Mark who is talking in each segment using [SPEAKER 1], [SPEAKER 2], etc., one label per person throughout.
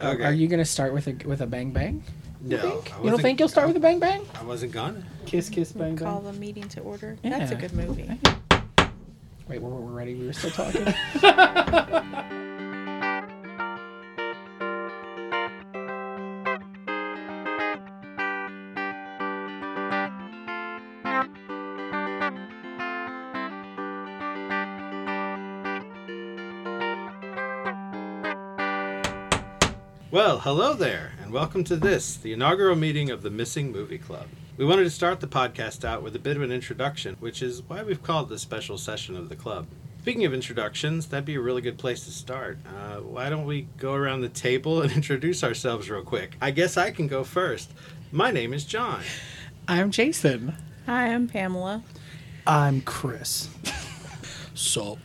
[SPEAKER 1] Okay.
[SPEAKER 2] Are you gonna start with a with a bang bang?
[SPEAKER 1] No,
[SPEAKER 2] You, think?
[SPEAKER 1] I
[SPEAKER 2] you don't
[SPEAKER 1] wasn't-
[SPEAKER 2] think you'll start with a bang bang?
[SPEAKER 1] I wasn't gone.
[SPEAKER 3] Kiss, kiss, bang,
[SPEAKER 4] Call
[SPEAKER 3] bang.
[SPEAKER 4] the meeting to order.
[SPEAKER 2] Yeah.
[SPEAKER 4] That's a good movie.
[SPEAKER 2] Wait, we're, we're ready. We were still talking.
[SPEAKER 1] Well, hello there, and welcome to this, the inaugural meeting of the Missing Movie Club. We wanted to start the podcast out with a bit of an introduction, which is why we've called this special session of the club. Speaking of introductions, that'd be a really good place to start. Uh, why don't we go around the table and introduce ourselves real quick? I guess I can go first. My name is John.
[SPEAKER 3] I'm Jason.
[SPEAKER 4] Hi, I'm Pamela.
[SPEAKER 3] I'm Chris.
[SPEAKER 5] So,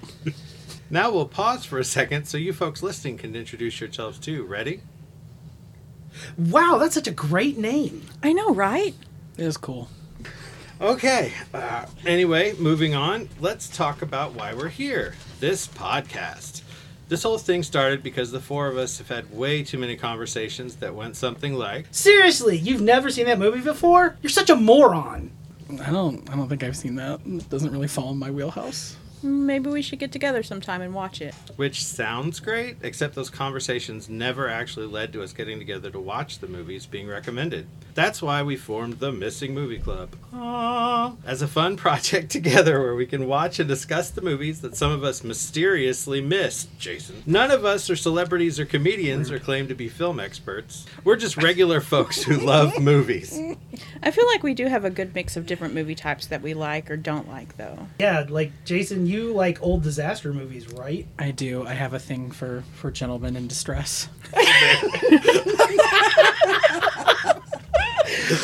[SPEAKER 1] Now we'll pause for a second so you folks listening can introduce yourselves too. Ready?
[SPEAKER 5] wow, that's such a great name.
[SPEAKER 4] I know, right?
[SPEAKER 3] It was cool.
[SPEAKER 1] Okay. Uh, anyway, moving on, let's talk about why we're here. This podcast. This whole thing started because the four of us have had way too many conversations that went something like,
[SPEAKER 5] Seriously, you've never seen that movie before? You're such a moron.
[SPEAKER 3] I don't. I don't think I've seen that. It doesn't really fall in my wheelhouse.
[SPEAKER 4] Maybe we should get together sometime and watch it.
[SPEAKER 1] which sounds great, except those conversations never actually led to us getting together to watch the movies being recommended. That's why we formed the Missing Movie Club. Aw. As a fun project together where we can watch and discuss the movies that some of us mysteriously missed, Jason. None of us are celebrities or comedians or claim to be film experts. We're just regular folks who love movies.
[SPEAKER 4] I feel like we do have a good mix of different movie types that we like or don't like, though.
[SPEAKER 5] Yeah, like Jason, you like old disaster movies, right?
[SPEAKER 2] I do. I have a thing for for gentlemen in distress.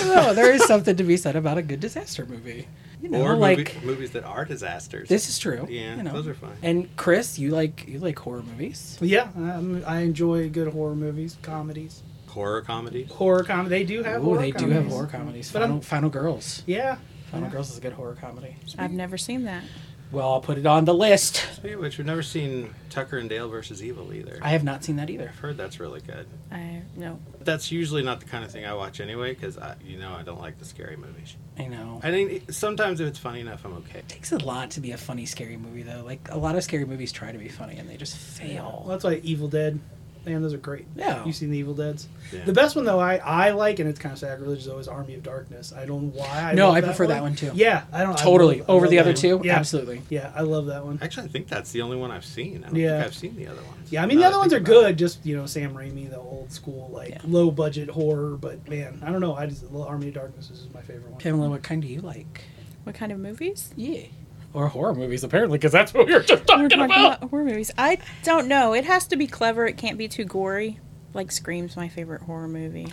[SPEAKER 2] no, there is something to be said about a good disaster movie. You know,
[SPEAKER 1] or
[SPEAKER 2] like
[SPEAKER 1] movie, movies that are disasters.
[SPEAKER 2] this is true.
[SPEAKER 1] Yeah,
[SPEAKER 2] you know.
[SPEAKER 1] those are fun.
[SPEAKER 2] And Chris, you like you like horror movies.
[SPEAKER 5] Yeah, um, I enjoy good horror movies, comedies,
[SPEAKER 1] Horror comedy.
[SPEAKER 5] horror comedy. They do have.
[SPEAKER 2] Oh,
[SPEAKER 5] horror
[SPEAKER 2] they do
[SPEAKER 5] comedies.
[SPEAKER 2] have horror comedies.
[SPEAKER 5] But
[SPEAKER 2] Final,
[SPEAKER 5] I'm-
[SPEAKER 2] Final Girls.
[SPEAKER 5] Yeah.
[SPEAKER 2] Final Girls is a good horror comedy.
[SPEAKER 4] I've never seen that.
[SPEAKER 2] Well, I'll put it on the list.
[SPEAKER 1] Speaking of which, we've never seen Tucker and Dale versus Evil either.
[SPEAKER 2] I have not seen that either.
[SPEAKER 1] I've heard that's really good.
[SPEAKER 4] I no.
[SPEAKER 1] That's usually not the kind of thing I watch anyway, because I, you know, I don't like the scary movies.
[SPEAKER 2] I know.
[SPEAKER 1] I mean, sometimes if it's funny enough, I'm okay.
[SPEAKER 2] takes a lot to be a funny scary movie though like a lot of scary movies try to be funny and they just
[SPEAKER 5] Well,
[SPEAKER 2] fail
[SPEAKER 5] that's why Evil Dead. Man, those are great.
[SPEAKER 2] Yeah.
[SPEAKER 5] You've seen the Evil Deads.
[SPEAKER 1] Yeah.
[SPEAKER 5] The best one though I, I like and it's kind of sacrilegious is always Army of Darkness. I don't know why. I
[SPEAKER 2] No,
[SPEAKER 5] love
[SPEAKER 2] I prefer that one, too.
[SPEAKER 5] Yeah, I don't I
[SPEAKER 2] totally
[SPEAKER 5] love- I
[SPEAKER 2] over
[SPEAKER 5] love
[SPEAKER 2] the
[SPEAKER 5] that
[SPEAKER 2] other
[SPEAKER 5] one.
[SPEAKER 2] two
[SPEAKER 5] Yeah,
[SPEAKER 2] absolutely
[SPEAKER 5] Yeah, I love that one.
[SPEAKER 1] Actually, I think that's the only one I've seen. I don't
[SPEAKER 5] Yeah.
[SPEAKER 1] think I've seen the other ones.
[SPEAKER 5] Yeah, I mean the
[SPEAKER 1] Now
[SPEAKER 5] other
[SPEAKER 1] that I
[SPEAKER 5] ones are
[SPEAKER 1] think about
[SPEAKER 5] good. Just you know Sam Raimi, the old school like
[SPEAKER 2] Yeah.
[SPEAKER 5] low budget horror. But man, I don't know. I just Little Army of Darkness is my favorite one.
[SPEAKER 2] pamela what kind do you like
[SPEAKER 4] What kind of movies?
[SPEAKER 2] yeah or horror movies apparently because that's what we were just
[SPEAKER 4] We're
[SPEAKER 2] talking
[SPEAKER 4] talking
[SPEAKER 2] about
[SPEAKER 4] about horror movies. I don't know. It has to be clever. It can't be too gory. Like Scream's my favorite horror movie.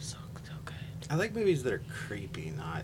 [SPEAKER 2] so, so good
[SPEAKER 1] it. I like movies that are creepy, not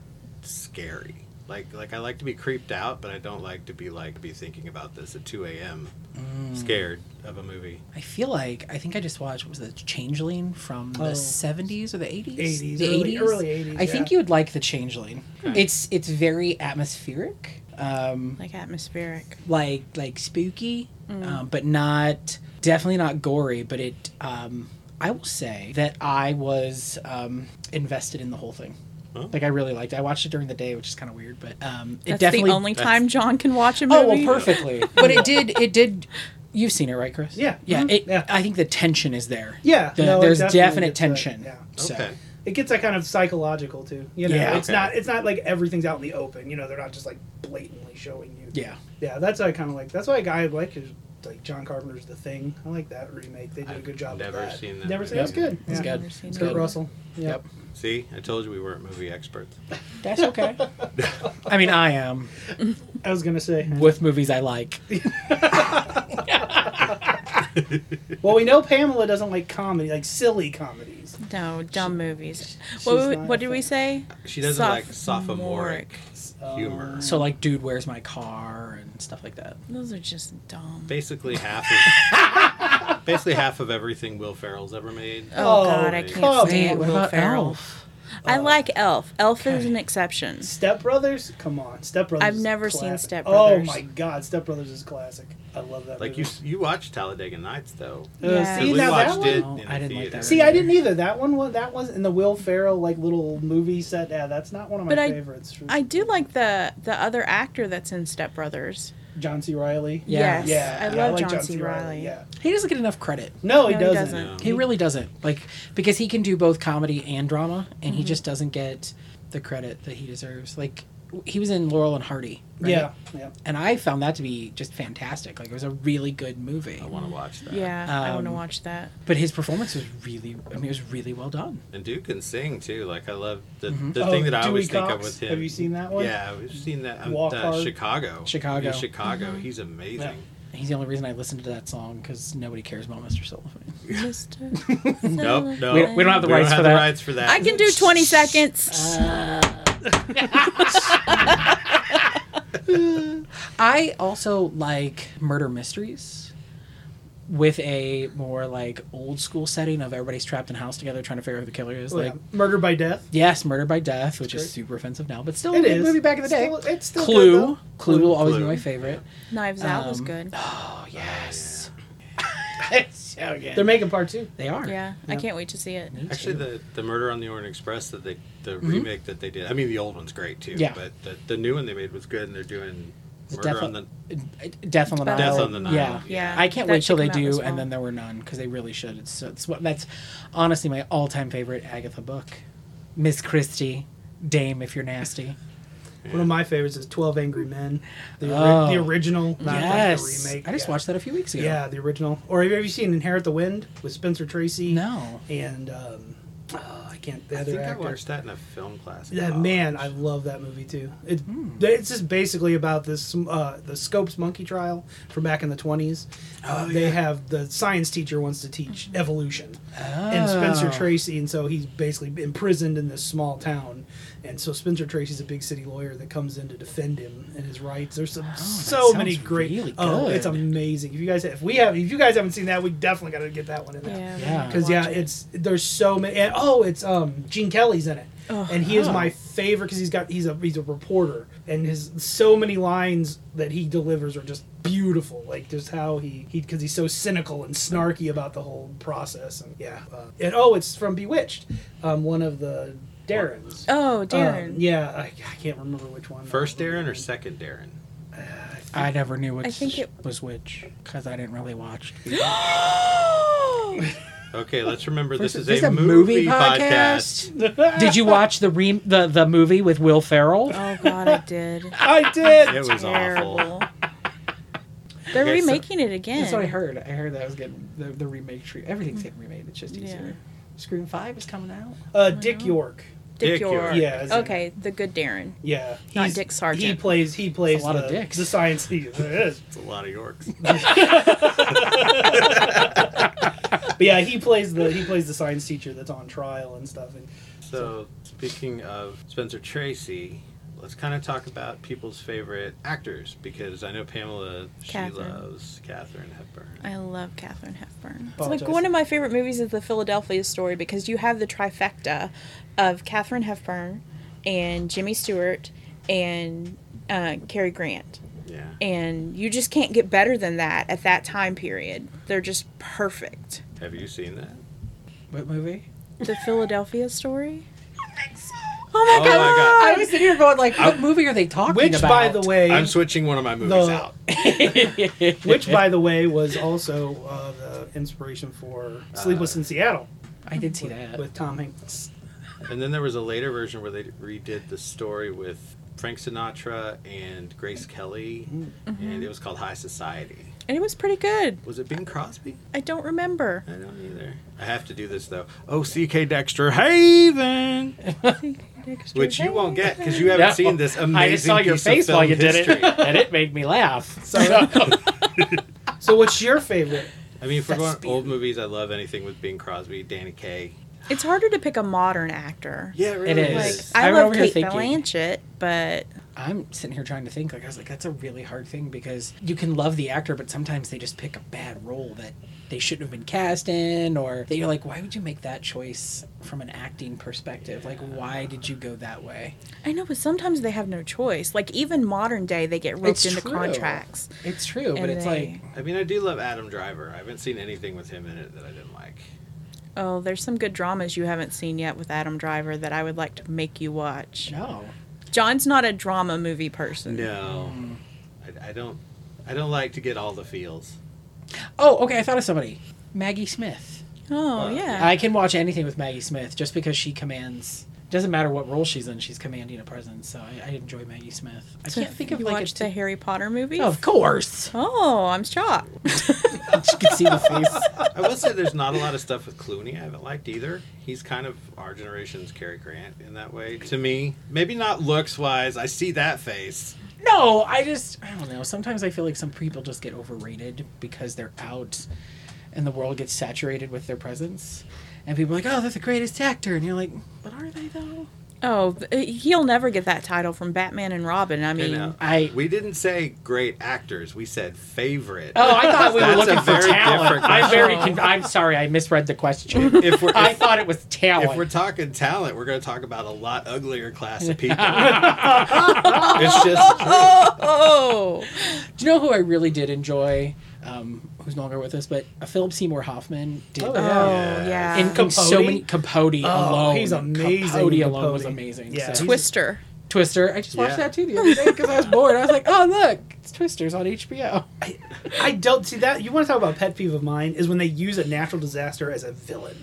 [SPEAKER 1] scary. Like, like I like to be creeped out, but I don't like to be like be thinking about this at 2 a.m.
[SPEAKER 5] Mm.
[SPEAKER 1] scared of a movie.
[SPEAKER 2] i feel like i think i just watched was it changeling from the
[SPEAKER 5] Oh.
[SPEAKER 2] 70s or the 80s
[SPEAKER 5] 80s,
[SPEAKER 2] the
[SPEAKER 5] early- early 80s,
[SPEAKER 2] i think
[SPEAKER 5] yeah. Hmm.
[SPEAKER 2] you would like the changeling
[SPEAKER 1] Okay.
[SPEAKER 2] it's it's very atmospheric um
[SPEAKER 4] Like atmospheric.
[SPEAKER 2] like like spooky,
[SPEAKER 5] Mm.
[SPEAKER 2] um, but not definitely not gory. But it, um, I will say that I was um, invested in the whole thing.
[SPEAKER 1] Huh?
[SPEAKER 2] Like I really liked. it. I watched it during the day, which is kind of weird, but um, it
[SPEAKER 4] That's
[SPEAKER 2] definitely.
[SPEAKER 4] the only time John can watch a movie.
[SPEAKER 2] oh well, perfectly. but it did. It did. You've seen it, right, Chris?
[SPEAKER 5] Yeah.
[SPEAKER 2] Yeah.
[SPEAKER 5] Mhm.
[SPEAKER 2] It,
[SPEAKER 5] Yeah.
[SPEAKER 2] I think the tension is there.
[SPEAKER 5] Yeah,
[SPEAKER 2] The-
[SPEAKER 5] no, it
[SPEAKER 2] there's
[SPEAKER 5] definitely
[SPEAKER 2] definite
[SPEAKER 5] gets that,
[SPEAKER 2] tension.
[SPEAKER 5] yeah.
[SPEAKER 2] So.
[SPEAKER 1] Okay.
[SPEAKER 5] It gets that kind of psychological too. You know,
[SPEAKER 2] Yeah.
[SPEAKER 5] it's
[SPEAKER 1] Okay.
[SPEAKER 5] not it's not like everything's out in the open. You know, they're not just like blatantly showing you.
[SPEAKER 2] Yeah.
[SPEAKER 5] Yeah, that's what I kind of like. That's why a guy I like is like John Carpenter's The Thing. I like that remake. They did a
[SPEAKER 1] I've
[SPEAKER 5] good job. with
[SPEAKER 1] never
[SPEAKER 5] that.
[SPEAKER 1] seen that
[SPEAKER 5] Never
[SPEAKER 1] movie.
[SPEAKER 5] seen. It's
[SPEAKER 1] Yep.
[SPEAKER 5] good.
[SPEAKER 2] It's
[SPEAKER 5] Yeah.
[SPEAKER 2] good.
[SPEAKER 4] Never seen
[SPEAKER 2] It's
[SPEAKER 4] it.
[SPEAKER 5] Kurt
[SPEAKER 2] good.
[SPEAKER 5] Russell. Yeah.
[SPEAKER 2] Yep.
[SPEAKER 1] See, I told you we weren't movie experts.
[SPEAKER 2] That's okay. I mean, I am
[SPEAKER 5] I was gonna say.
[SPEAKER 2] with movies I like.
[SPEAKER 5] Well, we know Pamela doesn't like comedy, like silly comedies.
[SPEAKER 4] No, dumb movies.
[SPEAKER 5] she's
[SPEAKER 4] What,
[SPEAKER 5] not
[SPEAKER 4] what
[SPEAKER 5] a
[SPEAKER 4] did we
[SPEAKER 5] fan.
[SPEAKER 4] say?
[SPEAKER 1] She doesn't like sophomoric
[SPEAKER 5] Um,
[SPEAKER 1] humor.
[SPEAKER 2] So like, dude, where's my car and stuff like that.
[SPEAKER 4] Those are just dumb.
[SPEAKER 1] basically half of basically half of everything Will Ferrell's ever made.
[SPEAKER 4] Oh,
[SPEAKER 5] Oh,
[SPEAKER 4] God, I
[SPEAKER 1] come
[SPEAKER 4] can't
[SPEAKER 5] on.
[SPEAKER 1] Oh,
[SPEAKER 4] stand
[SPEAKER 2] Wait, what
[SPEAKER 4] Will
[SPEAKER 2] about
[SPEAKER 4] Ferrell.
[SPEAKER 2] Elf? Oh.
[SPEAKER 4] I
[SPEAKER 5] Uh,
[SPEAKER 4] like Elf. Elf is
[SPEAKER 2] okay.
[SPEAKER 4] an exception.
[SPEAKER 5] Step Brothers? Come on, Step Brothers.
[SPEAKER 4] I've
[SPEAKER 5] is
[SPEAKER 4] never seen
[SPEAKER 5] classic.
[SPEAKER 4] Step
[SPEAKER 5] Oh
[SPEAKER 4] Brothers.
[SPEAKER 5] my God, Step Brothers is classic. I love that.
[SPEAKER 1] Like
[SPEAKER 5] movie.
[SPEAKER 1] you, you watched Talladega Nights though.
[SPEAKER 5] Uh,
[SPEAKER 4] Yeah.
[SPEAKER 5] See
[SPEAKER 1] we
[SPEAKER 5] now that
[SPEAKER 1] watched
[SPEAKER 5] one.
[SPEAKER 1] it.
[SPEAKER 2] No,
[SPEAKER 1] in
[SPEAKER 2] I
[SPEAKER 1] the
[SPEAKER 2] didn't like that
[SPEAKER 1] theater.
[SPEAKER 5] See, I didn't either. That one was that was in the Will Ferrell like little movie set. Yeah, that's not one of my
[SPEAKER 4] But I-
[SPEAKER 5] favorites.
[SPEAKER 4] I do like the the other actor that's in Step Brothers.
[SPEAKER 5] John C. Riley.
[SPEAKER 2] Yeah.
[SPEAKER 4] Yes,
[SPEAKER 5] Yeah,
[SPEAKER 4] I
[SPEAKER 5] yeah,
[SPEAKER 4] love
[SPEAKER 5] like
[SPEAKER 4] John, C. Riley.
[SPEAKER 5] Yeah.
[SPEAKER 2] He doesn't get enough credit.
[SPEAKER 5] No, he
[SPEAKER 4] No, he
[SPEAKER 5] doesn't.
[SPEAKER 4] doesn't.
[SPEAKER 1] No.
[SPEAKER 2] Oh, He really doesn't. Like because he can do both comedy and drama and he just doesn't get the credit that he deserves. Like w- he was in Laurel and Hardy. Right?
[SPEAKER 5] Yeah, Oh, yeah.
[SPEAKER 2] And I found that to be just fantastic. Like it was a really good movie.
[SPEAKER 1] I want to watch that.
[SPEAKER 4] Yeah, I want to
[SPEAKER 2] Um,
[SPEAKER 4] watch that.
[SPEAKER 2] But his performance was really I mean it was really well done.
[SPEAKER 1] And Duke can sing too. Like I love the,
[SPEAKER 2] Mhm.
[SPEAKER 1] the
[SPEAKER 5] Oh,
[SPEAKER 1] thing that I
[SPEAKER 5] Dewey
[SPEAKER 1] always think of
[SPEAKER 5] Cox?
[SPEAKER 1] with him.
[SPEAKER 5] Have you seen that one?
[SPEAKER 1] Yeah, I've seen that. Um,
[SPEAKER 5] Walk
[SPEAKER 1] uh,
[SPEAKER 5] Hard?
[SPEAKER 1] Chicago.
[SPEAKER 2] Chicago.
[SPEAKER 1] In Chicago.
[SPEAKER 4] Mm-hmm.
[SPEAKER 1] He's amazing.
[SPEAKER 2] He's the only reason I listened to that song cuz nobody cares about Mr. Sullivan.
[SPEAKER 4] Mr.
[SPEAKER 1] Nope, no.
[SPEAKER 2] We- we don't have the rights
[SPEAKER 1] don't have
[SPEAKER 2] for
[SPEAKER 1] the
[SPEAKER 2] that.
[SPEAKER 1] rights for that.
[SPEAKER 4] uh, I can do
[SPEAKER 2] Uh,
[SPEAKER 4] 20 seconds.
[SPEAKER 2] I also like murder mysteries with a more like old school setting of everybody's trapped in a house together trying to figure out who the killer is.
[SPEAKER 5] Oh,
[SPEAKER 2] Like
[SPEAKER 5] yeah. Murder by Death.
[SPEAKER 2] Yes, Murder by Death, which
[SPEAKER 5] great.
[SPEAKER 2] is super offensive now, but still a
[SPEAKER 5] It
[SPEAKER 2] good
[SPEAKER 5] is.
[SPEAKER 2] movie back in the day.
[SPEAKER 5] Still- it's still
[SPEAKER 2] Clue.
[SPEAKER 5] good, though.
[SPEAKER 2] Clue will always
[SPEAKER 1] Clue.
[SPEAKER 2] be my favorite.
[SPEAKER 4] Knives Out was
[SPEAKER 2] Um,
[SPEAKER 4] good.
[SPEAKER 2] Oh yes,
[SPEAKER 3] so good.
[SPEAKER 5] They're making part two.
[SPEAKER 2] they are.
[SPEAKER 4] Yeah, I can't wait to see it.
[SPEAKER 2] Me
[SPEAKER 1] Actually,
[SPEAKER 2] too.
[SPEAKER 1] the, the Murder on the Orient Express that they the
[SPEAKER 5] Mm-hmm.
[SPEAKER 1] remake that they did. I mean, the old one's great too.
[SPEAKER 2] Yeah.
[SPEAKER 1] But the, the new one they made was good, and they're doing
[SPEAKER 2] The
[SPEAKER 1] Murder
[SPEAKER 2] Death
[SPEAKER 1] on the
[SPEAKER 2] Death on the
[SPEAKER 4] Death
[SPEAKER 2] Nile.
[SPEAKER 1] on the Nile.
[SPEAKER 2] Yeah.
[SPEAKER 4] Yeah.
[SPEAKER 2] I can't
[SPEAKER 4] That
[SPEAKER 2] wait till
[SPEAKER 4] should
[SPEAKER 2] they
[SPEAKER 4] come out
[SPEAKER 2] do,
[SPEAKER 4] this fall.
[SPEAKER 2] and then there were none because they really should. It's, so- it's what that's honestly my all-time favorite Agatha book. Miss Christie, Dame, if you're nasty.
[SPEAKER 5] One of my favorites is Twelve Angry Men. The, ori-
[SPEAKER 2] Oh.
[SPEAKER 5] the original, not like,
[SPEAKER 2] yes,
[SPEAKER 5] the remake.
[SPEAKER 2] I just
[SPEAKER 5] yeah.
[SPEAKER 2] watched that a few weeks ago.
[SPEAKER 5] Yeah, the original. Or have you ever seen Inherit the Wind with Spencer Tracy?
[SPEAKER 2] No.
[SPEAKER 5] And um, oh, I Oh, can't. The
[SPEAKER 1] I
[SPEAKER 5] other
[SPEAKER 1] think
[SPEAKER 5] actor.
[SPEAKER 1] I watched that in a film class. in
[SPEAKER 5] Yeah,
[SPEAKER 1] college.
[SPEAKER 5] man, I love that movie too. It, It's just basically about this uh, the Scopes monkey trial from back in the twenties. Uh,
[SPEAKER 1] Oh,
[SPEAKER 5] They
[SPEAKER 1] yeah.
[SPEAKER 5] have the science teacher wants to teach evolution, and Spencer
[SPEAKER 2] Oh.
[SPEAKER 5] Tracy, and so he's basically imprisoned in this small town, and so Spencer Tracy's a big city lawyer that comes in to defend him and his rights. There's some, so
[SPEAKER 2] Oh, sounds
[SPEAKER 5] many great.
[SPEAKER 2] really
[SPEAKER 5] Oh, it's
[SPEAKER 2] good.
[SPEAKER 5] amazing. If you guys if we have if you guys haven't seen that, we definitely got to get that one in there.
[SPEAKER 4] yeah.
[SPEAKER 2] Yeah.
[SPEAKER 5] Because yeah, it's there's so many. And, oh, it's um Gene Kelly's in it,
[SPEAKER 4] Oh.
[SPEAKER 5] and he is
[SPEAKER 2] Oh.
[SPEAKER 5] my favorite because he's got he's a he's a reporter, and his so many lines that he delivers are just beautiful. Like just how he he because he's so cynical and snarky about the whole process, and yeah, uh, and oh, it's from Bewitched, um, one of the Darrens.
[SPEAKER 4] Oh,
[SPEAKER 5] Um,
[SPEAKER 4] Darren.
[SPEAKER 5] yeah, I, I can't remember which one.
[SPEAKER 1] First Darren or second Darren?
[SPEAKER 2] I never knew which
[SPEAKER 4] think it-
[SPEAKER 2] was which because I didn't really watch.
[SPEAKER 1] Okay, let's remember this
[SPEAKER 2] First-
[SPEAKER 1] is,
[SPEAKER 2] this
[SPEAKER 1] a, movie, podcast.
[SPEAKER 2] Did you watch the re- the the movie with Will Ferrell?
[SPEAKER 4] oh, God, I did.
[SPEAKER 5] I did.
[SPEAKER 1] It was awful.
[SPEAKER 4] Terrible. They're
[SPEAKER 1] Okay, so-
[SPEAKER 4] remaking it again.
[SPEAKER 2] That's what I heard. I heard that was getting the, the remake tree. Everything's getting remade. It's just easier. Scream Five is coming out.
[SPEAKER 5] Uh, Dick York.
[SPEAKER 4] Dick
[SPEAKER 1] Dick York.
[SPEAKER 4] York.
[SPEAKER 5] Yeah, is it-
[SPEAKER 4] Okay, the good Darren.
[SPEAKER 5] Yeah,
[SPEAKER 4] Not
[SPEAKER 5] he's-
[SPEAKER 4] Dick Sargent.
[SPEAKER 5] He plays. He plays
[SPEAKER 2] That's a lot
[SPEAKER 5] the,
[SPEAKER 2] of dicks.
[SPEAKER 5] the science. He, it is.
[SPEAKER 1] It's a lot of Yorks.
[SPEAKER 5] But yeah, he plays the he plays the science teacher that's on trial and stuff. And
[SPEAKER 1] So, speaking of Spencer Tracy, let's kind of talk about people's favorite actors because I know Pamela, she
[SPEAKER 4] Catherine.
[SPEAKER 1] loves Catherine Hepburn.
[SPEAKER 4] I love Katherine Hepburn. It's
[SPEAKER 5] Apologize.
[SPEAKER 4] like one of my favorite movies is The Philadelphia Story because you have the trifecta of Katherine Hepburn and Jimmy Stewart and uh, Cary Grant.
[SPEAKER 1] yeah.
[SPEAKER 4] And you just can't get better than that at that time period. They're just perfect.
[SPEAKER 1] Have you seen that?
[SPEAKER 2] What movie?
[SPEAKER 4] The Philadelphia Story?
[SPEAKER 1] Oh my god.
[SPEAKER 2] I was sitting here going like, what movie are they talking
[SPEAKER 5] which,
[SPEAKER 2] about?
[SPEAKER 5] by the way,
[SPEAKER 1] I'm switching one of my movies
[SPEAKER 5] The-
[SPEAKER 1] out.
[SPEAKER 5] which by the way was also uh, the inspiration for Sleepless in Seattle
[SPEAKER 2] I did Uh, see that.
[SPEAKER 5] with Tom Hanks.
[SPEAKER 1] And then there was a later version where they redid the story with Frank Sinatra and Grace Kelly, and it was called High Society.
[SPEAKER 4] And it was pretty good.
[SPEAKER 1] Was it Bing Crosby?
[SPEAKER 4] I don't remember.
[SPEAKER 1] I don't either. I have to do this though. Oh, C.K. Dexter Haven, which you won't get because you haven't
[SPEAKER 2] No.
[SPEAKER 1] seen this amazing.
[SPEAKER 2] I just saw your
[SPEAKER 1] piece of
[SPEAKER 2] face while
[SPEAKER 1] film
[SPEAKER 2] you did it,
[SPEAKER 1] history.
[SPEAKER 2] and it made me laugh.
[SPEAKER 5] So, so what's your favorite?
[SPEAKER 1] I mean, for going old movies, I love anything with Bing Crosby, Danny Kaye.
[SPEAKER 4] It's harder to pick a modern actor.
[SPEAKER 1] Yeah, it
[SPEAKER 2] really
[SPEAKER 1] really
[SPEAKER 2] is.
[SPEAKER 4] Like
[SPEAKER 2] Yes.
[SPEAKER 4] I,
[SPEAKER 2] I
[SPEAKER 4] love
[SPEAKER 2] remember
[SPEAKER 4] Kate
[SPEAKER 2] thinking-
[SPEAKER 4] Blanchett, but
[SPEAKER 2] I'm sitting here trying to think. Like I was like, that's a really hard thing because you can love the actor, but sometimes they just pick a bad role that they shouldn't have been cast in, or that you're like, why would you make that choice from an acting perspective? Like, why did you go that way?
[SPEAKER 4] I know, but sometimes they have no choice. Like even modern day, they get roped
[SPEAKER 2] It's
[SPEAKER 4] into
[SPEAKER 2] true.
[SPEAKER 4] contracts.
[SPEAKER 2] It's true, but
[SPEAKER 4] And
[SPEAKER 2] it's
[SPEAKER 4] they-
[SPEAKER 2] like
[SPEAKER 1] I mean, I do love Adam Driver. I haven't seen anything with him in it that I didn't like.
[SPEAKER 4] Oh, there's some good dramas you haven't seen yet with Adam Driver that I would like to make you watch.
[SPEAKER 2] no.
[SPEAKER 4] John's not a drama movie person.
[SPEAKER 1] No, I, I don't. I don't like to get all the feels.
[SPEAKER 2] Oh, okay. I thought of somebody. Maggie Smith.
[SPEAKER 4] Oh
[SPEAKER 1] Uh,
[SPEAKER 4] yeah.
[SPEAKER 2] I can watch anything with Maggie Smith just because she commands. Doesn't matter what role she's in, she's commanding a presence. So I, I enjoy Maggie Smith. I
[SPEAKER 4] So
[SPEAKER 2] can't think of
[SPEAKER 4] you
[SPEAKER 2] like a
[SPEAKER 4] watched the
[SPEAKER 2] t- Oh,
[SPEAKER 4] Harry Potter movies.
[SPEAKER 2] Of course,
[SPEAKER 4] Oh, I'm shocked.
[SPEAKER 2] you can see the face.
[SPEAKER 1] I will say there's not a lot of stuff with Clooney I haven't liked either. He's kind of our generation's Cary Grant in that way to me. Maybe not looks wise. I see that face.
[SPEAKER 2] No, I just I don't know. Sometimes I feel like some people just get overrated because they're out, and the world gets saturated with their presence. And people are like, oh, they're the greatest actor, and you're like, but are they though?
[SPEAKER 4] oh, th- he'll never get that title from Batman and Robin. I
[SPEAKER 1] You
[SPEAKER 4] mean,
[SPEAKER 1] know,
[SPEAKER 2] I-
[SPEAKER 1] we didn't say great actors. We said favorite.
[SPEAKER 2] Oh, I thought we were
[SPEAKER 1] That's a
[SPEAKER 2] looking for
[SPEAKER 1] very
[SPEAKER 2] talent.
[SPEAKER 1] different
[SPEAKER 2] I'm very.
[SPEAKER 4] question.
[SPEAKER 2] Con- I'm sorry, I misread the question.
[SPEAKER 1] If we're
[SPEAKER 2] I
[SPEAKER 1] if,
[SPEAKER 2] thought it was talent.
[SPEAKER 1] if we're talking talent, we're going to talk about a lot uglier class of people. it's just
[SPEAKER 4] oh,
[SPEAKER 2] Do you know who I really did enjoy? Um, who's no longer with us, but uh, Philip Seymour Hoffman did.
[SPEAKER 5] Oh,
[SPEAKER 2] uh,
[SPEAKER 4] oh yeah.
[SPEAKER 2] in, in so
[SPEAKER 5] Capote?
[SPEAKER 2] many Capote alone.
[SPEAKER 5] he's amazing,
[SPEAKER 2] Capote alone was
[SPEAKER 5] Capote.
[SPEAKER 2] amazing.
[SPEAKER 5] Yeah,
[SPEAKER 2] so.
[SPEAKER 5] he's-
[SPEAKER 4] Twister.
[SPEAKER 2] Twister. I just watched
[SPEAKER 1] Yeah.
[SPEAKER 2] that too the other day because I was bored. I was like, oh look, it's Twisters on HBO.
[SPEAKER 5] I don't see that. You want to talk about pet peeve of mine is when they use a natural disaster as a villain.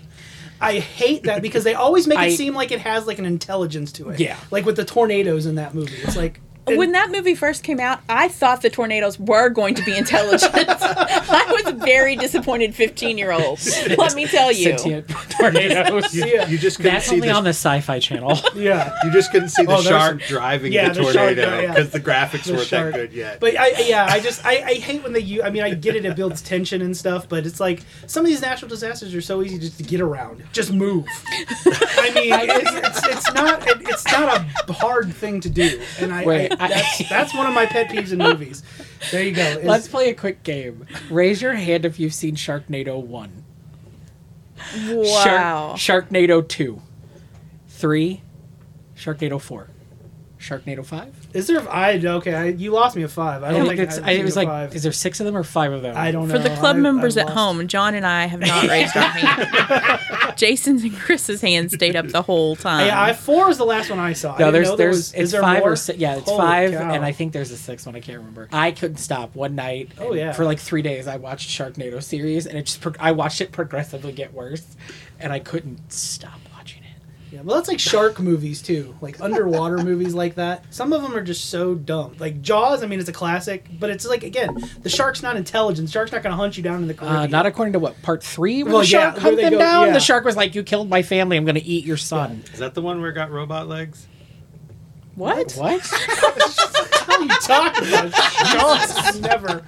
[SPEAKER 5] I hate that because they always make
[SPEAKER 2] I-
[SPEAKER 5] it seem like it has like an intelligence to it.
[SPEAKER 2] Yeah.
[SPEAKER 5] like with the tornadoes in that movie. It's like and-
[SPEAKER 4] when that movie first came out, I thought the tornadoes were going to be intelligent. I was very disappointed, fifteen-year-old. Let me tell you.
[SPEAKER 2] Sentient tornadoes.
[SPEAKER 5] yeah,
[SPEAKER 1] you just couldn't
[SPEAKER 2] That's
[SPEAKER 1] see
[SPEAKER 2] only
[SPEAKER 1] the
[SPEAKER 2] on the Sci-Fi Channel.
[SPEAKER 5] yeah.
[SPEAKER 1] You just couldn't see the
[SPEAKER 5] Oh, there's
[SPEAKER 1] shark
[SPEAKER 5] some-
[SPEAKER 1] driving
[SPEAKER 5] yeah, the
[SPEAKER 1] the
[SPEAKER 5] shark,
[SPEAKER 1] tornado
[SPEAKER 5] yeah, yeah.
[SPEAKER 1] because the graphics
[SPEAKER 5] The
[SPEAKER 1] weren't
[SPEAKER 5] shark.
[SPEAKER 1] that good yet.
[SPEAKER 5] But I, yeah, I just I, I hate when they you. I mean, I get it; it builds tension and stuff. But it's like some of these natural disasters are so easy just to get around. Just move. I mean, it's, it's, it's not it, it's not a hard thing to do. And I, I-
[SPEAKER 2] Wait, I-
[SPEAKER 5] that's that's one of my pet peeves in movies. There you go. It's-
[SPEAKER 2] Let's play a quick game. Raise your hand if you've seen Sharknado One.
[SPEAKER 4] Wow.
[SPEAKER 2] Shark, Sharknado 2. 3. Sharknado 4. Sharknado 5?
[SPEAKER 5] Is there? I okay. I, you lost me a five. I
[SPEAKER 2] I
[SPEAKER 5] don't
[SPEAKER 2] think
[SPEAKER 5] think
[SPEAKER 2] it's,
[SPEAKER 5] I've
[SPEAKER 2] I,
[SPEAKER 5] seen
[SPEAKER 2] it was
[SPEAKER 5] a
[SPEAKER 2] like,
[SPEAKER 5] five.
[SPEAKER 2] is there six of them or five of them?
[SPEAKER 5] I don't know.
[SPEAKER 4] For the club
[SPEAKER 5] I-
[SPEAKER 4] members
[SPEAKER 5] I've
[SPEAKER 4] at
[SPEAKER 5] lost.
[SPEAKER 4] home, John and I have not raised our hand. Jason's and Chris's hand stayed up the whole time.
[SPEAKER 5] Yeah, I, four is the last one I saw. I didn't
[SPEAKER 2] No, there's
[SPEAKER 5] know there
[SPEAKER 2] there's
[SPEAKER 5] was-
[SPEAKER 2] it's
[SPEAKER 5] is there
[SPEAKER 2] five
[SPEAKER 5] more?
[SPEAKER 2] or six. Yeah, it's
[SPEAKER 5] Holy
[SPEAKER 2] five,
[SPEAKER 5] cow.
[SPEAKER 2] and I think there's a sixth one. I can't remember. I couldn't stop one night.
[SPEAKER 5] Oh,
[SPEAKER 2] and
[SPEAKER 5] yeah.
[SPEAKER 2] For like three days, I watched Sharknado series, and it just pro- I watched it progressively get worse, and I couldn't stop watching it.
[SPEAKER 5] Yeah, well, that's like shark movies too, like underwater movies like that. Some of them are just so dumb. Like Jaws, I mean, it's a classic, but it's like again, the shark's not intelligent. The shark's not going to hunt you down in the Caribbean.
[SPEAKER 2] Uh, not according to what part three? Where
[SPEAKER 5] Well,
[SPEAKER 2] the
[SPEAKER 5] yeah,
[SPEAKER 2] shark
[SPEAKER 5] where
[SPEAKER 2] hunt
[SPEAKER 5] they
[SPEAKER 2] them
[SPEAKER 5] go-
[SPEAKER 2] down.
[SPEAKER 5] yeah.
[SPEAKER 2] The shark was like, "You killed my family. I'm going to eat your son."
[SPEAKER 1] Is that the one where it got robot legs?
[SPEAKER 4] what?
[SPEAKER 2] What?
[SPEAKER 5] what are you talking about? Jaws is never.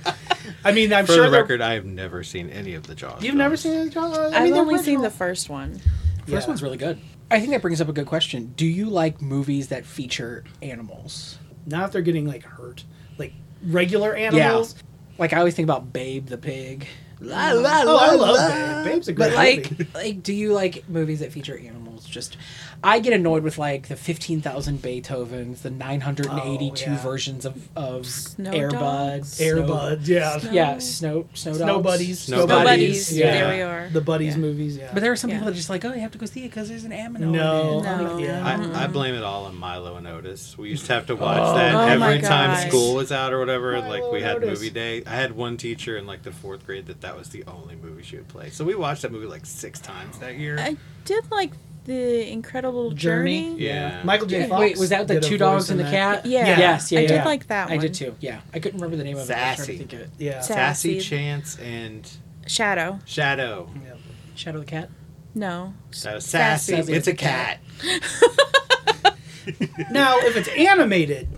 [SPEAKER 5] I mean, I'm
[SPEAKER 1] For
[SPEAKER 5] sure
[SPEAKER 1] the
[SPEAKER 5] they're-
[SPEAKER 1] record, I have never seen any of the Jaws.
[SPEAKER 5] You've never
[SPEAKER 1] films.
[SPEAKER 5] seen Jaws? I
[SPEAKER 4] I've
[SPEAKER 5] mean, they're
[SPEAKER 4] only seen
[SPEAKER 5] original.
[SPEAKER 4] the first one.
[SPEAKER 5] Yeah.
[SPEAKER 2] First one's really good. I think that brings up a good question. Do you like movies that feature animals?
[SPEAKER 5] Not if they're getting like hurt, like regular animals.
[SPEAKER 2] Like I always think about Babe the Pig. La,
[SPEAKER 5] Oh, I love Babe. Babe's a great
[SPEAKER 2] But like,
[SPEAKER 5] movie.
[SPEAKER 2] like, do you like movies that feature animals? Just, I get annoyed with like the fifteen thousand Beethovens, the nine hundred and eighty-two
[SPEAKER 5] Oh, yeah.
[SPEAKER 2] versions of of
[SPEAKER 4] Snow
[SPEAKER 2] Airbud,
[SPEAKER 4] dogs.
[SPEAKER 5] Air
[SPEAKER 2] Snow-
[SPEAKER 5] Bud, yeah.
[SPEAKER 2] yeah, Snow Snow,
[SPEAKER 5] Snow
[SPEAKER 2] dogs.
[SPEAKER 5] Buddies.
[SPEAKER 1] Snow
[SPEAKER 4] The
[SPEAKER 1] Buddies.
[SPEAKER 4] buddies.
[SPEAKER 2] Yeah.
[SPEAKER 4] There we are.
[SPEAKER 5] The buddies
[SPEAKER 4] Yeah.
[SPEAKER 5] movies, yeah.
[SPEAKER 2] But there are some
[SPEAKER 4] Yeah.
[SPEAKER 2] people that are just like, oh, you have to go see it because there's an aminal. in
[SPEAKER 5] no,
[SPEAKER 2] it." I'm like,
[SPEAKER 4] No.
[SPEAKER 5] yeah.
[SPEAKER 1] I, I blame it all on Milo and Otis. We used to have to watch that
[SPEAKER 4] Oh my
[SPEAKER 1] every time
[SPEAKER 4] gosh.
[SPEAKER 1] school was out or whatever.
[SPEAKER 5] Milo
[SPEAKER 1] like we
[SPEAKER 5] and
[SPEAKER 1] had
[SPEAKER 5] Otis.
[SPEAKER 1] movie day. I had one teacher in like the fourth grade that that was the only movie she would play. So we watched that movie like six times that year.
[SPEAKER 4] I did like the Incredible
[SPEAKER 5] Journey.
[SPEAKER 4] Journey.
[SPEAKER 1] yeah.
[SPEAKER 5] Michael J. Fox.
[SPEAKER 2] Wait, was that the
[SPEAKER 5] did a voice
[SPEAKER 2] two dogs and
[SPEAKER 5] in
[SPEAKER 2] the
[SPEAKER 5] that.
[SPEAKER 2] cat?
[SPEAKER 4] Yeah.
[SPEAKER 2] Yes. Yeah.
[SPEAKER 4] I
[SPEAKER 2] yeah.
[SPEAKER 4] did like that
[SPEAKER 2] I
[SPEAKER 4] one.
[SPEAKER 2] did too. Yeah. I couldn't remember the name of it. I was trying
[SPEAKER 1] Sassy.
[SPEAKER 2] to think of it.
[SPEAKER 5] Yeah.
[SPEAKER 4] Sa-
[SPEAKER 1] Sassy
[SPEAKER 4] Sassy.
[SPEAKER 1] Chance and
[SPEAKER 4] Shadow.
[SPEAKER 1] Shadow.
[SPEAKER 5] Yeah.
[SPEAKER 2] Shadow the cat.
[SPEAKER 4] No.
[SPEAKER 1] So sassy,
[SPEAKER 2] Sassy.
[SPEAKER 1] it's a cat.
[SPEAKER 5] Now, if it's animated,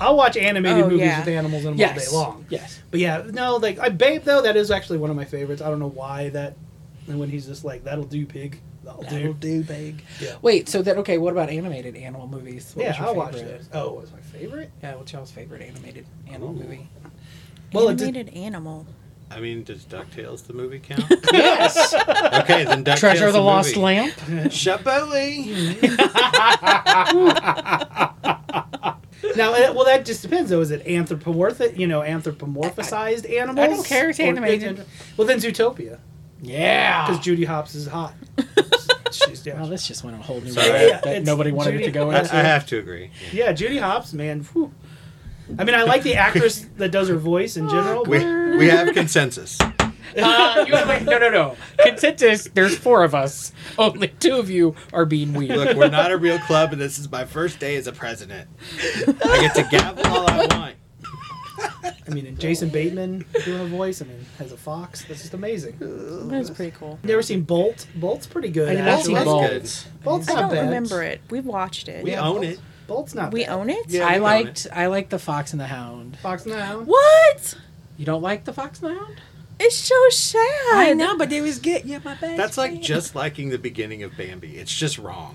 [SPEAKER 5] I'll watch animated
[SPEAKER 4] Oh,
[SPEAKER 5] movies
[SPEAKER 4] yeah.
[SPEAKER 5] with animals in them all
[SPEAKER 2] Yes.
[SPEAKER 5] day long.
[SPEAKER 2] Yes.
[SPEAKER 5] But yeah, no, like I Babe though that is actually one of my favorites. I don't know why that And when he's just like, "That'll do, pig. That'll
[SPEAKER 2] That'll
[SPEAKER 5] do."
[SPEAKER 2] do, big.
[SPEAKER 5] Yeah.
[SPEAKER 2] Wait, so that okay? What about animated animal movies? What
[SPEAKER 5] yeah,
[SPEAKER 2] was your
[SPEAKER 5] I'll watch
[SPEAKER 2] favorite?
[SPEAKER 5] those. Oh, what's my favorite?
[SPEAKER 2] Yeah, what's y'all's favorite animated animal movie?
[SPEAKER 5] Well, it did-
[SPEAKER 4] Animated animal.
[SPEAKER 1] I mean, does DuckTales the movie count?
[SPEAKER 2] Yes,
[SPEAKER 1] okay, then DuckTales
[SPEAKER 3] Treasure of the Lost
[SPEAKER 1] movie.
[SPEAKER 3] Lamp.
[SPEAKER 1] Shaboli.
[SPEAKER 5] Now, eh, well, that just depends, though. Is it anthropomorphic? You know, anthropomorphized animals?
[SPEAKER 3] I don't care, it's
[SPEAKER 5] Or-
[SPEAKER 3] animated.
[SPEAKER 5] Well, then Zootopia, because
[SPEAKER 2] Ah.
[SPEAKER 3] Yeah.
[SPEAKER 5] Judy Hopps is hot. She's yeah.
[SPEAKER 2] well, this just went on a whole new
[SPEAKER 1] Sorry.
[SPEAKER 2] road
[SPEAKER 5] Yeah,
[SPEAKER 2] that
[SPEAKER 5] it's-
[SPEAKER 2] nobody wanted it to go
[SPEAKER 1] I,
[SPEAKER 2] into.
[SPEAKER 1] I have to agree.
[SPEAKER 5] yeah, Judy Hopps, man. Whew. I mean, I like the actress that does her voice in general.
[SPEAKER 1] We,
[SPEAKER 5] but
[SPEAKER 1] we have consensus.
[SPEAKER 3] Uh, you have, wait, no, no, no. Consensus. There's four of us. Only two of you are being weird.
[SPEAKER 1] Look, we're not a real club, and this is my first day as a president. I get to gavel all I want.
[SPEAKER 5] I mean, and Jason Bateman doing a voice. I mean, has a fox. That's just amazing.
[SPEAKER 4] That's pretty cool.
[SPEAKER 5] Never seen Bolt. Bolt's pretty good.
[SPEAKER 3] I did not
[SPEAKER 5] actually.
[SPEAKER 3] see
[SPEAKER 1] That's
[SPEAKER 3] Bolt.
[SPEAKER 1] good.
[SPEAKER 5] Bolt's
[SPEAKER 4] I
[SPEAKER 5] not
[SPEAKER 4] don't
[SPEAKER 5] bad.
[SPEAKER 4] remember it. We watched it.
[SPEAKER 1] We
[SPEAKER 5] Yeah,
[SPEAKER 1] own
[SPEAKER 5] Bolt's-
[SPEAKER 1] it.
[SPEAKER 5] Bolt's not.
[SPEAKER 4] We
[SPEAKER 5] bad.
[SPEAKER 4] own it.
[SPEAKER 1] Yeah,
[SPEAKER 2] I
[SPEAKER 1] we own
[SPEAKER 2] liked I liked the Fox and the Hound.
[SPEAKER 5] Fox now.
[SPEAKER 4] What?
[SPEAKER 2] You don't like the Fox and the Hound?
[SPEAKER 4] It's so sad.
[SPEAKER 2] I know, but they was good. Yeah, my bad.
[SPEAKER 1] That's like just liking the beginning of Bambi. It's just wrong.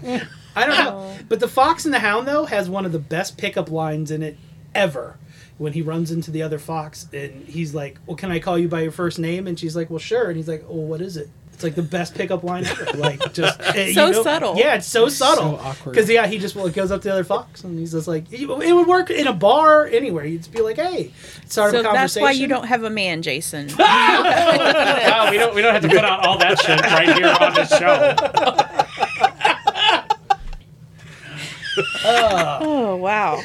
[SPEAKER 5] I don't know.
[SPEAKER 4] Oh.
[SPEAKER 5] But the Fox and the Hound though has one of the best pickup lines in it ever. When he runs into the other fox and he's like, "Well, can I call you by your first name?" and she's like, "Well, sure." And he's like, "Well, what is it?" It's like the best pickup line ever. Like just eh, you
[SPEAKER 4] So
[SPEAKER 5] know-
[SPEAKER 4] subtle.
[SPEAKER 5] Yeah, it's so subtle.
[SPEAKER 2] awkward.
[SPEAKER 5] Because yeah, he just well, goes up to the other fox and he's just like, "It it would work in a bar anywhere." You'd just be like, "Hey," start
[SPEAKER 4] So
[SPEAKER 5] a conversation.
[SPEAKER 4] that's why you don't have a man, Jason.
[SPEAKER 3] Wow, we don't we don't have to put out all that shit right here on the show.
[SPEAKER 4] oh wow.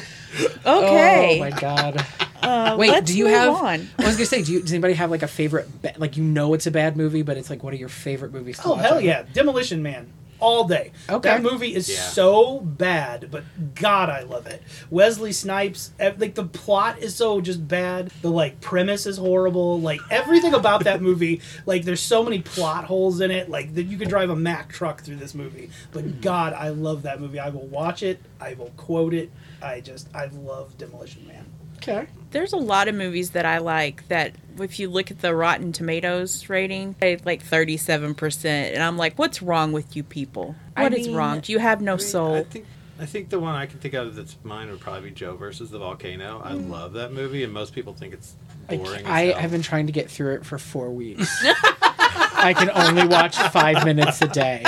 [SPEAKER 2] Oh my
[SPEAKER 4] Okay.
[SPEAKER 2] god.
[SPEAKER 4] uh,
[SPEAKER 2] Wait,
[SPEAKER 4] let's
[SPEAKER 2] do you
[SPEAKER 4] move
[SPEAKER 2] have?
[SPEAKER 4] on.
[SPEAKER 2] I was gonna say, do you, does anybody have like a favorite? Ba- like you know, it's a bad movie, but it's like, what are your favorite movies? to
[SPEAKER 5] Oh
[SPEAKER 2] watch
[SPEAKER 5] hell
[SPEAKER 2] on-
[SPEAKER 5] yeah, Demolition Man all day.
[SPEAKER 2] Okay.
[SPEAKER 5] that movie is
[SPEAKER 1] Yeah.
[SPEAKER 5] so bad, but God, I love it. Wesley Snipes, ev- like the plot is so just bad. The like premise is horrible. Like everything about that movie, like there's so many plot holes in it. Like that you could drive a Mack truck through this movie.
[SPEAKER 2] Mm-hmm.
[SPEAKER 5] But God, I love that movie. I will watch it. I will quote it. I just I love Demolition Man.
[SPEAKER 2] Okay.
[SPEAKER 4] There's a lot of movies that I like that if you look at the Rotten Tomatoes rating, they like 37%. And I'm like, what's wrong with you people?
[SPEAKER 2] I
[SPEAKER 4] What is
[SPEAKER 2] mean-
[SPEAKER 4] wrong? You have no
[SPEAKER 1] I
[SPEAKER 4] soul.
[SPEAKER 1] think I think the one I can think of that's mine would probably be Joe versus the volcano. I love that movie, and most people think it's boring.
[SPEAKER 2] I,
[SPEAKER 1] as hell.
[SPEAKER 2] have been trying to get through it for four weeks. I can only watch five minutes a day.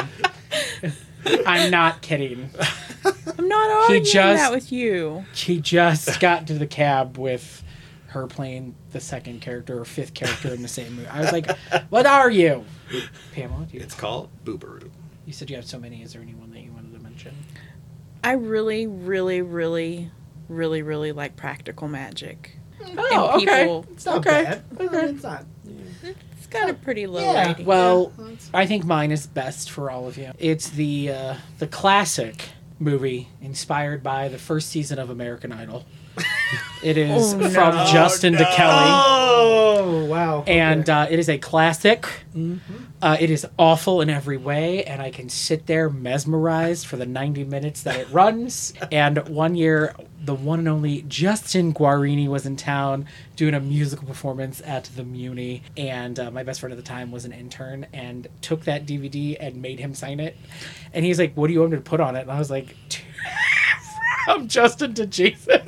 [SPEAKER 2] I'm not kidding.
[SPEAKER 4] I'm not arguing
[SPEAKER 2] just-
[SPEAKER 4] that with you.
[SPEAKER 2] She just got to the cab with her playing the second character or fifth character in the same movie. I was like, "What are you, Pamela?" Do you,
[SPEAKER 1] It's called Boobaroo.
[SPEAKER 2] you said you have so many. Is there anyone that you wanted to mention?
[SPEAKER 4] I really, really, really, really, really like practical magic.
[SPEAKER 2] Oh,
[SPEAKER 4] and
[SPEAKER 2] okay.
[SPEAKER 4] people,
[SPEAKER 5] It's not
[SPEAKER 2] Okay.
[SPEAKER 5] bad. It's not.
[SPEAKER 4] It's got a pretty low
[SPEAKER 5] Yeah.
[SPEAKER 4] rating.
[SPEAKER 2] Well,
[SPEAKER 5] Yeah, that's-
[SPEAKER 2] I think mine is best for all of you. It's the uh, the classic movie inspired by the first season of American Idol. it is
[SPEAKER 4] Oh, no.
[SPEAKER 2] from Justin to Kelly,
[SPEAKER 5] Oh wow!
[SPEAKER 2] and
[SPEAKER 5] Okay.
[SPEAKER 2] uh, it is a classic. Uh, it is awful in every way, and I can sit there mesmerized for the 90 minutes that it runs. and one year, the one and only Justin Guarini was in town doing a musical performance at the Muni, and uh, my best friend at the time was an intern and took that DVD and made him sign it. And he's like, "What do you want me to put on it?" And I was like, "From Justin to Jason."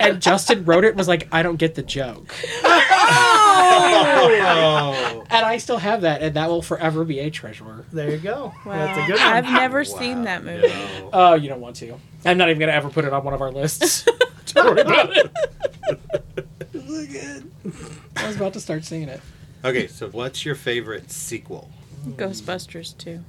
[SPEAKER 2] and Justin wrote it and was like, "I don't get the joke."
[SPEAKER 1] Oh,
[SPEAKER 2] And I still have that, and that will forever be a treasure.
[SPEAKER 5] there you go.
[SPEAKER 4] Wow.
[SPEAKER 5] That's a good one.
[SPEAKER 4] I've never seen that movie.
[SPEAKER 2] Oh, you don't want to. I'm not even going to ever put it on one of our lists. don't worry about it. I was about to start singing it.
[SPEAKER 1] Okay, so what's your favorite sequel?
[SPEAKER 4] Ghostbusters too.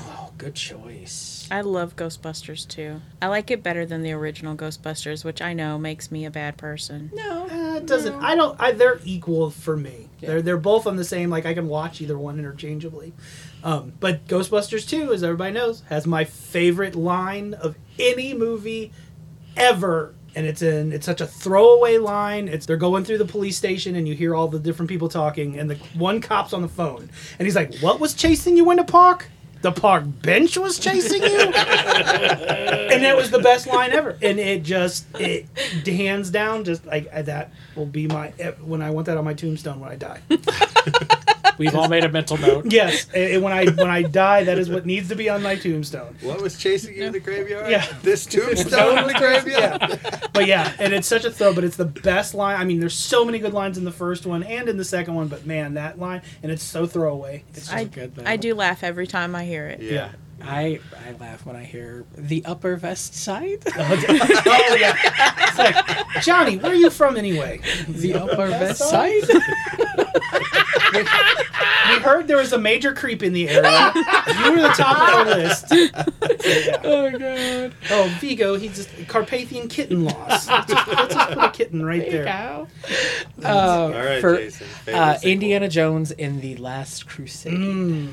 [SPEAKER 2] Oh, good choice.
[SPEAKER 4] I love Ghostbusters too. I like it better than the original Ghostbusters, which I know makes me a bad person.
[SPEAKER 2] No.
[SPEAKER 5] Uh, it doesn't. I don't. I, they're equal for me.
[SPEAKER 2] Yeah.
[SPEAKER 5] They're they're both on the same. Like I can watch either one interchangeably. Um, but Ghostbusters Two, as everybody knows, has my favorite line of any movie ever. And it's in it's such a throwaway line. It's they're going through the police station and you hear all the different people talking and the one cop's on the phone and he's like, "What was chasing you into park?" the park bench was chasing you, and that was the best line ever. And it just, it hands down, just like I- that will be my eh, when I want that on my tombstone when I die.
[SPEAKER 3] We've all made a mental note.
[SPEAKER 5] Yes, and Eh, when I when I die, that is what needs to be on my tombstone.
[SPEAKER 1] What was chasing you in the graveyard?
[SPEAKER 5] Yeah.
[SPEAKER 1] This tombstone in the graveyard?
[SPEAKER 5] But yeah, and it's such a throw, but it's the best line. I mean, there's so many good lines in the first one and in the second one, but man, that line and it's so throwaway. It's just,
[SPEAKER 4] I,
[SPEAKER 2] good, though.
[SPEAKER 4] I do laugh every time I hear it.
[SPEAKER 5] yeah.
[SPEAKER 2] I I laugh when I hear the Upper West Side.
[SPEAKER 5] Oh yeah. It's like, Johnny, where are you from anyway?
[SPEAKER 2] the Upper West Side.
[SPEAKER 5] Side? We heard there was a major creep in the area. You were the top of our list. So, yeah.
[SPEAKER 2] oh god.
[SPEAKER 5] Oh, Vigo, he just Carpathian kitten loss. That's just, that's just put a kitten right there.
[SPEAKER 4] go.
[SPEAKER 2] Uh,
[SPEAKER 1] All right,
[SPEAKER 2] for,
[SPEAKER 1] Jason. favorite
[SPEAKER 2] uh,
[SPEAKER 1] sequel.
[SPEAKER 2] Indiana Jones in the Last Crusade.
[SPEAKER 5] Mm,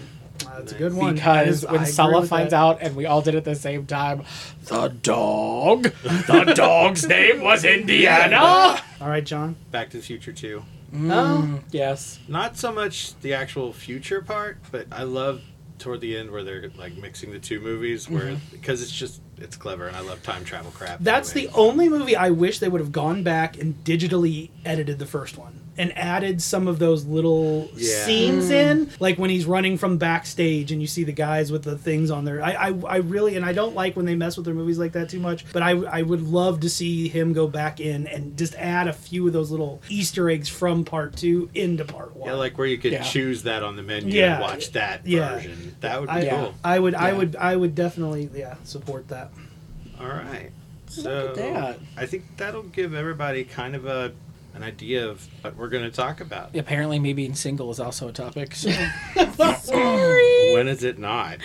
[SPEAKER 5] wow, that's a good one. That
[SPEAKER 3] Because
[SPEAKER 5] is- I
[SPEAKER 3] when
[SPEAKER 5] agree
[SPEAKER 3] Sala
[SPEAKER 5] with
[SPEAKER 3] finds
[SPEAKER 5] that.
[SPEAKER 3] out and we all did it at the same time, the dog, the dog's name was Indiana.
[SPEAKER 5] all right, John.
[SPEAKER 1] Back to the Future 2.
[SPEAKER 3] Mm.
[SPEAKER 5] Oh.
[SPEAKER 3] yes.
[SPEAKER 1] Not so much the actual future part, but I love toward the end where they're like mixing the two movies where
[SPEAKER 2] Mm-hmm.
[SPEAKER 1] because it's just it's clever and I love time travel crap.
[SPEAKER 5] That's the
[SPEAKER 1] anyway.
[SPEAKER 5] only movie I wish they would have gone back and digitally edited the first one and added some of those little
[SPEAKER 1] Yeah.
[SPEAKER 5] scenes in,
[SPEAKER 3] Mm.
[SPEAKER 5] like when he's running from backstage and you see the guys with the things on there. I, I, I really, and I don't like when they mess with their movies like that too much, but I, I would love to see him go back in and just add a few of those little Easter eggs from part two into part one.
[SPEAKER 1] Yeah, like where you could
[SPEAKER 3] Yeah.
[SPEAKER 1] choose that on the menu
[SPEAKER 5] Yeah.
[SPEAKER 1] and watch that
[SPEAKER 5] Yeah.
[SPEAKER 1] version. That would be
[SPEAKER 5] I,
[SPEAKER 1] cool.
[SPEAKER 5] I would, I
[SPEAKER 3] Yeah.
[SPEAKER 5] would, I would definitely, yeah, support that.
[SPEAKER 1] All right.
[SPEAKER 2] Look
[SPEAKER 1] So
[SPEAKER 2] at that.
[SPEAKER 1] I think that'll give everybody kind of a an idea of what we're going to talk about.
[SPEAKER 2] Apparently, me being single is also a topic. So.
[SPEAKER 1] When is it not?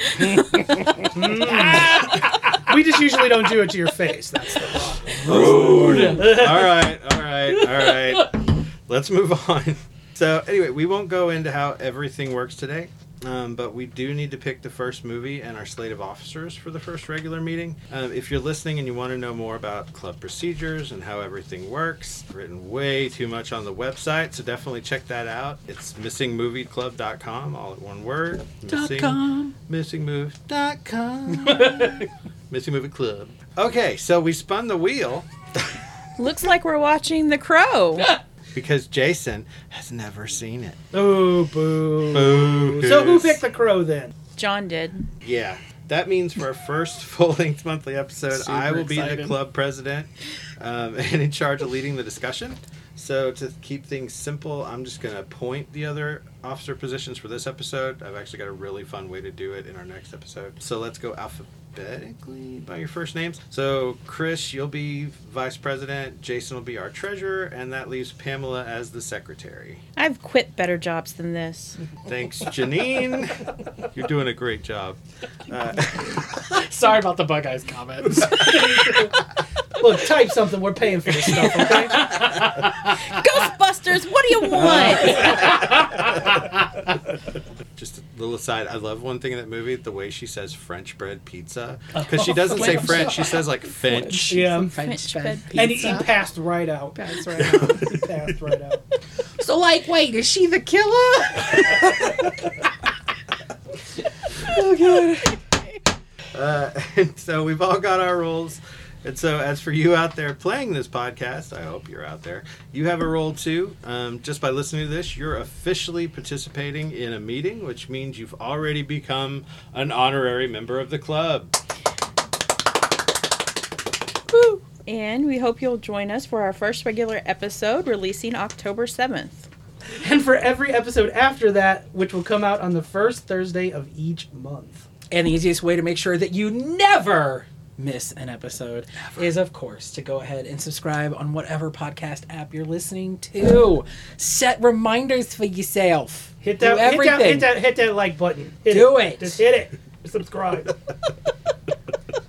[SPEAKER 5] We just usually don't do it to your face. That's the problem.
[SPEAKER 1] all right, all right, all right. Let's move on. So, anyway, we won't go into how everything works today, um, but we do need to pick the first movie and our slate of officers for the first regular meeting. Um, if you're listening and you want to know more about club procedures and how everything works, I've written way too much on the website, so definitely check that out. It's missingmovieclub.com, all at one word. Missing- missingmove.com. Missing Movie Club. Okay, so we spun the wheel.
[SPEAKER 4] Looks like we're watching The Crow.
[SPEAKER 1] because Jason has never seen it.
[SPEAKER 5] Oh, boo.
[SPEAKER 1] Boo.
[SPEAKER 5] So who picked the crow then?
[SPEAKER 4] John did.
[SPEAKER 1] Yeah. That means for our first full length monthly episode,
[SPEAKER 3] Super
[SPEAKER 1] I will be the
[SPEAKER 3] excited.
[SPEAKER 1] club president um, and in charge of leading the discussion. So, to keep things simple, I'm just going to point the other officer positions for this episode. I've actually got a really fun way to do it in our next episode. So, let's go alphabetically by your first names. So, Chris, you'll be vice president, Jason will be our treasurer, and that leaves Pamela as the secretary.
[SPEAKER 4] I've quit better jobs than this.
[SPEAKER 1] Thanks, Janine. You're doing a great job. Uh,
[SPEAKER 3] Sorry about the bug eyes comments.
[SPEAKER 5] Look, type something. We're paying for this stuff, okay?
[SPEAKER 4] Ghostbusters, what do you want?
[SPEAKER 1] just a little aside, I love one thing in that movie the way she says French bread pizza. Because she doesn't say French, she says like Finch.
[SPEAKER 5] yeah.
[SPEAKER 4] French
[SPEAKER 2] French fed
[SPEAKER 4] fed
[SPEAKER 5] And he,
[SPEAKER 2] pizza.
[SPEAKER 5] he passed right out. Passed right out. he passed right out.
[SPEAKER 2] So, like, wait, is she the killer? oh, God.
[SPEAKER 1] Uh, and so we've all got our roles. And so, as for you out there playing this podcast, I hope you're out there. You have a role too. Um, just by listening to this, you're officially participating in a meeting, which means you've already become an honorary member of the club.
[SPEAKER 4] Woo. And we hope you'll join us for our first regular episode releasing October 7th.
[SPEAKER 5] And for every episode after that, which will come out on the first Thursday of each month.
[SPEAKER 2] And the easiest way to make sure that you never miss an episode is, of course, to go ahead and subscribe on whatever podcast app you're listening to. Set reminders for yourself.
[SPEAKER 5] Hit that,
[SPEAKER 2] Do
[SPEAKER 5] hit
[SPEAKER 2] everything.
[SPEAKER 5] that, hit that, hit that like button. Hit
[SPEAKER 2] Do it.
[SPEAKER 5] Just hit it. Subscribe.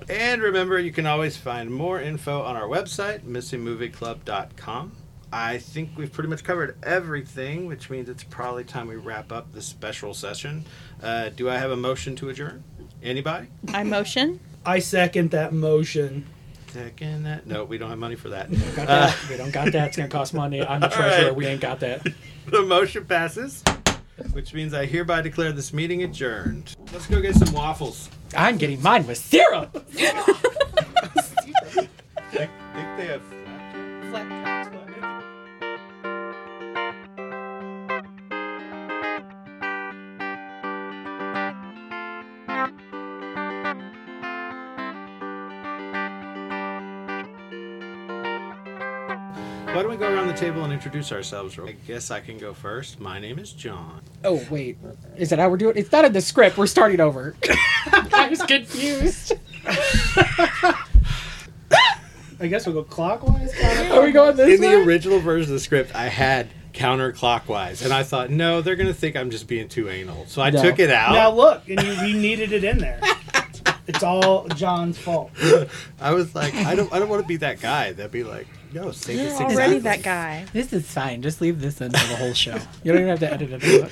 [SPEAKER 1] And remember, you can always find more info on our website, missingmovieclub.com. I think we've pretty much covered everything, which means it's probably time we wrap up this special session. Uh, do I have a motion to adjourn? Anybody?
[SPEAKER 4] I motion.
[SPEAKER 5] I second that motion.
[SPEAKER 1] Taking that? No, we don't have money for that.
[SPEAKER 3] Got
[SPEAKER 5] Uh.
[SPEAKER 3] that. we don't got that. It's gonna cost money. I'm the treasurer.
[SPEAKER 1] right.
[SPEAKER 3] We ain't got that.
[SPEAKER 1] the motion passes, which means I hereby declare this meeting adjourned. Let's go get some waffles.
[SPEAKER 2] I'm getting mine with syrup.
[SPEAKER 1] I think they have flapjacks. Why don't we go around the table and introduce ourselves? I guess I can go first. My name is John.
[SPEAKER 2] Oh wait, is that how we're doing? It's not in the script. We're starting over. I was confused.
[SPEAKER 5] I guess we'll go clockwise.
[SPEAKER 2] Are we going this
[SPEAKER 1] in the
[SPEAKER 2] way?
[SPEAKER 1] original version of the script, I had counterclockwise, and I thought, no, they're going to think I'm just being too anal. So I
[SPEAKER 2] No.
[SPEAKER 1] took it out.
[SPEAKER 5] Now look, and you, you needed it in there. It's all John's fault.
[SPEAKER 1] I was like, I don't, I don't want to be that guy. That'd be like, no, say this exactly.
[SPEAKER 4] Already that guy.
[SPEAKER 2] This is fine. Just leave this in for the whole show. You don't even have to edit it. out.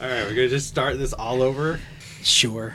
[SPEAKER 1] All right, we're gonna just start this all over.
[SPEAKER 2] Sure.